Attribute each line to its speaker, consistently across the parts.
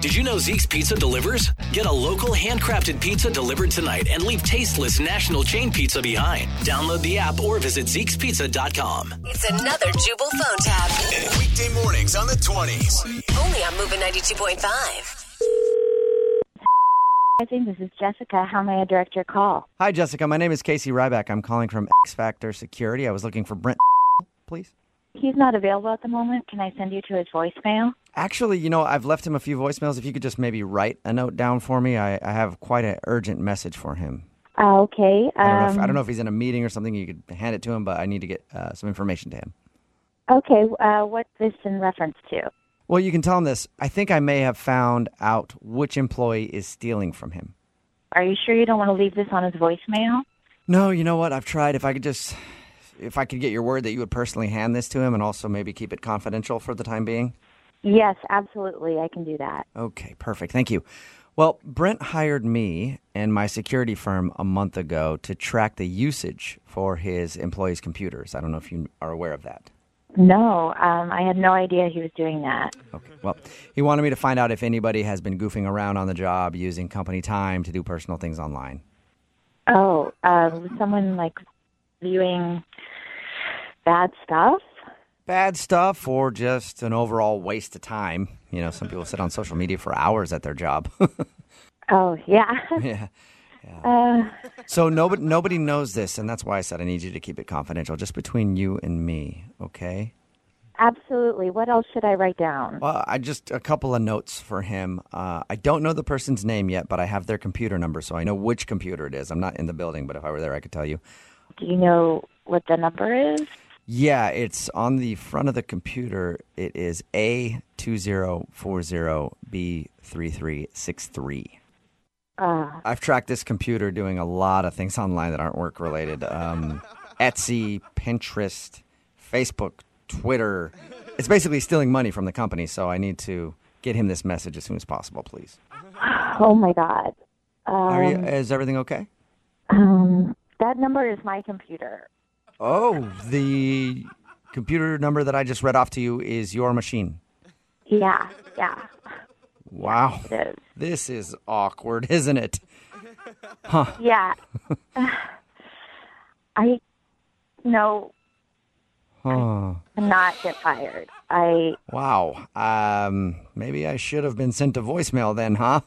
Speaker 1: Did you know Zeke's Pizza delivers? Get a local handcrafted pizza delivered tonight and leave tasteless national chain pizza behind. Download the app or visit Zeke'sPizza.com.
Speaker 2: It's another Jubal phone tab.
Speaker 3: Weekday mornings on the 20s.
Speaker 2: Only on Moving 92.5.
Speaker 4: I think this is Jessica. How may I direct your call?
Speaker 5: Hi, Jessica. My name is Casey Ryback. I'm calling from X Factor Security. I was looking for Brent, please.
Speaker 4: He's not available at the moment. Can I send you to his voicemail?
Speaker 5: Actually, you know, I've left him a few voicemails. If you could just maybe write a note down for me, I, I have quite an urgent message for him.
Speaker 4: Uh, okay. Um,
Speaker 5: I don't, know if, I don't know if he's in a meeting or something. You could hand it to him, but I need to get uh, some information to him.
Speaker 4: Okay. Uh, what's this in reference to?
Speaker 5: Well, you can tell him this. I think I may have found out which employee is stealing from him.
Speaker 4: Are you sure you don't want to leave this on his voicemail?
Speaker 5: No, you know what? I've tried. If I could just, if I could get your word that you would personally hand this to him and also maybe keep it confidential for the time being.
Speaker 4: Yes, absolutely. I can do that.
Speaker 5: Okay, perfect. Thank you. Well, Brent hired me and my security firm a month ago to track the usage for his employees' computers. I don't know if you are aware of that.
Speaker 4: No, um, I had no idea he was doing that.
Speaker 5: Okay. Well, he wanted me to find out if anybody has been goofing around on the job using company time to do personal things online.
Speaker 4: Oh, uh, was someone like viewing bad stuff?
Speaker 5: Bad stuff or just an overall waste of time. You know, some people sit on social media for hours at their job.
Speaker 4: Oh, yeah.
Speaker 5: yeah.
Speaker 4: Uh,
Speaker 5: So nobody nobody knows this and that's why I said I need you to keep it confidential just between you and me, okay?
Speaker 4: absolutely. What else should I write down?
Speaker 5: Well, I just a couple of notes for him. Uh, I don't know the person's name yet, but I have their computer number, so I know which computer it is. I'm not in the building, but if I were there, I could tell you.
Speaker 4: Do you know what the number is?
Speaker 5: Yeah, it's on the front of the computer. It is A two zero four zero B three three six three.
Speaker 4: Uh,
Speaker 5: I've tracked this computer doing a lot of things online that aren't work related. Um, Etsy, Pinterest, Facebook, Twitter. It's basically stealing money from the company, so I need to get him this message as soon as possible, please.
Speaker 4: oh, my God.
Speaker 5: Are you, is everything okay?
Speaker 4: Um, that number is my computer.
Speaker 5: Oh, the computer number that I just read off to you is your machine.
Speaker 4: Yeah, yeah,
Speaker 5: Wow.
Speaker 4: it is.
Speaker 5: This is awkward, isn't it?
Speaker 4: Yeah. I no,
Speaker 5: Huh.
Speaker 4: not get fired. I
Speaker 5: Wow. Um, maybe I should have been sent a voicemail then, huh?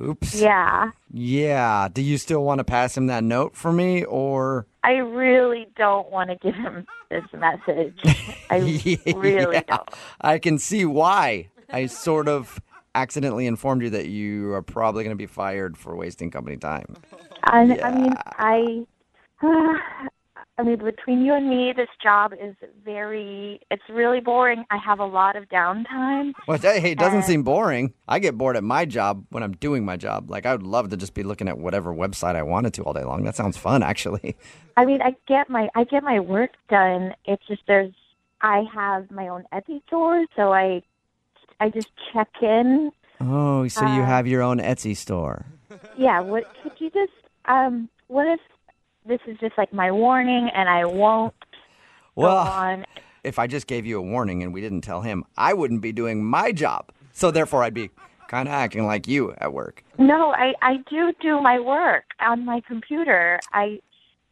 Speaker 5: Oops.
Speaker 4: yeah.
Speaker 5: Yeah. Do you still want to pass him that note for me or
Speaker 4: I really don't want to give him this message. I really
Speaker 5: Yeah.
Speaker 4: don't.
Speaker 5: I can see why. I sort of accidentally informed you that you are probably going to be fired for wasting company time.
Speaker 4: I, I mean, I. I mean, between you and me, this job is very. It's really boring. I have a lot of downtime.
Speaker 5: Well, hey, hey, it doesn't
Speaker 4: Uh.
Speaker 5: seem boring. I get bored at my job when I'm doing my job. Like, I would love to just be looking at whatever website I wanted to all day long. That sounds fun, actually.
Speaker 4: I mean, I get my I get my work done. It's just there's I have my own Etsy store, so I I just check in.
Speaker 5: Oh, so
Speaker 4: Uh.
Speaker 5: you have your own Etsy store.
Speaker 4: Yeah, what could you just um what if this is just like my warning and I won't
Speaker 5: Well,
Speaker 4: go on
Speaker 5: if I just gave you a warning and we didn't tell him, I wouldn't be doing my job. So, therefore, I'd be kind of acting like you at work.
Speaker 4: No, I I do do my work on my computer. I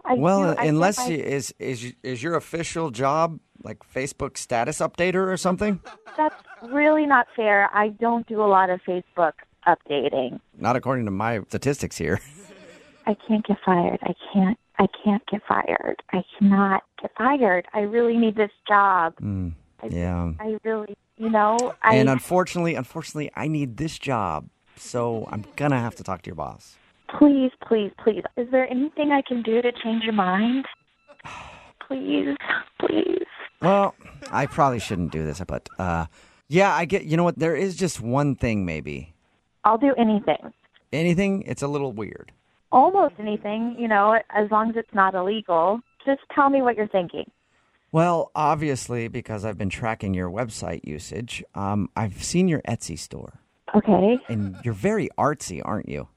Speaker 4: I do,
Speaker 5: Well, uh,
Speaker 4: I get
Speaker 5: unless
Speaker 4: my-
Speaker 5: you, is is is your official job like Facebook status updater or something?
Speaker 4: that's really not fair. I don't do a lot of Facebook updating.
Speaker 5: Not according to my statistics here.
Speaker 4: I can't get fired. I can't. I can't get fired. I cannot get fired. I really need this job.
Speaker 5: Yeah.
Speaker 4: I really, you know, I
Speaker 5: Mm. and unfortunately, unfortunately, I need this job, so I'm gonna have to talk to your boss.
Speaker 4: please, please, please. Is there anything I can do to change your mind? Please, please.
Speaker 5: Well, I probably shouldn't do this, but uh, yeah, I get. You know what? There is just one thing, maybe
Speaker 4: I'll do anything,
Speaker 5: anything. It's a little weird.
Speaker 4: almost anything. You know, as long as it's not illegal. Just tell me what you're thinking.
Speaker 5: Well, obviously, because I've been tracking your website usage, um, I've seen your Etsy store,
Speaker 4: Okay.
Speaker 5: and you're very artsy, aren't you?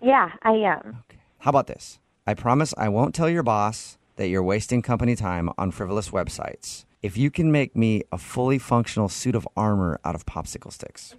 Speaker 4: Yeah, I am.
Speaker 5: How about this? I promise I won't tell your boss that you're wasting company time on frivolous websites. if you can make me a fully functional suit of armor out of popsicle sticks.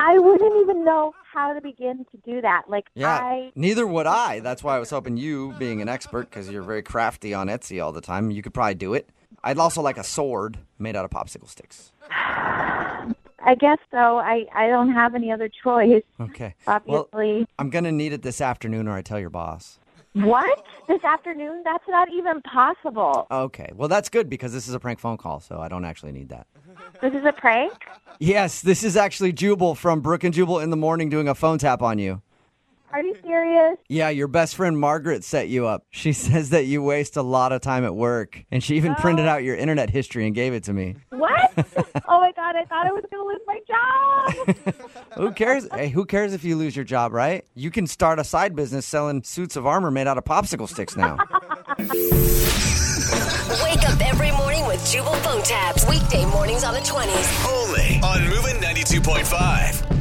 Speaker 4: I wouldn't even know how to begin to do that. Like
Speaker 5: Yeah.
Speaker 4: I
Speaker 5: Neither would I. That's why I was hoping you, being an expert, because you're very crafty on Etsy all the time, you could probably do it. I'd also like a sword made out of popsicle sticks.
Speaker 4: I guess so. I I don't have any other choice.
Speaker 5: Okay. Well,
Speaker 4: Obviously.
Speaker 5: I'm going to need it this afternoon or I tell your boss.
Speaker 4: what? This afternoon? That's not even possible.
Speaker 5: Okay. Well, that's good because this is a prank phone call, so I don't actually need that.
Speaker 4: This is a prank?
Speaker 5: Yes, this is actually Jubal from Brook and Jubal in the morning doing a phone tap on you.
Speaker 4: Are you serious?
Speaker 5: Yeah, your best friend Margaret set you up. She says that you waste a lot of time at work, and she even printed out your internet history and gave it to me.
Speaker 4: What? oh my god, I thought I was gonna lose my job.
Speaker 5: Who cares? Hey, who cares if you lose your job, right? You can start a side business selling suits of armor made out of popsicle sticks now.
Speaker 2: Wake up every morning with Jubal phone tabs. Weekday mornings on the 20s.
Speaker 3: Only on Moving 92.5.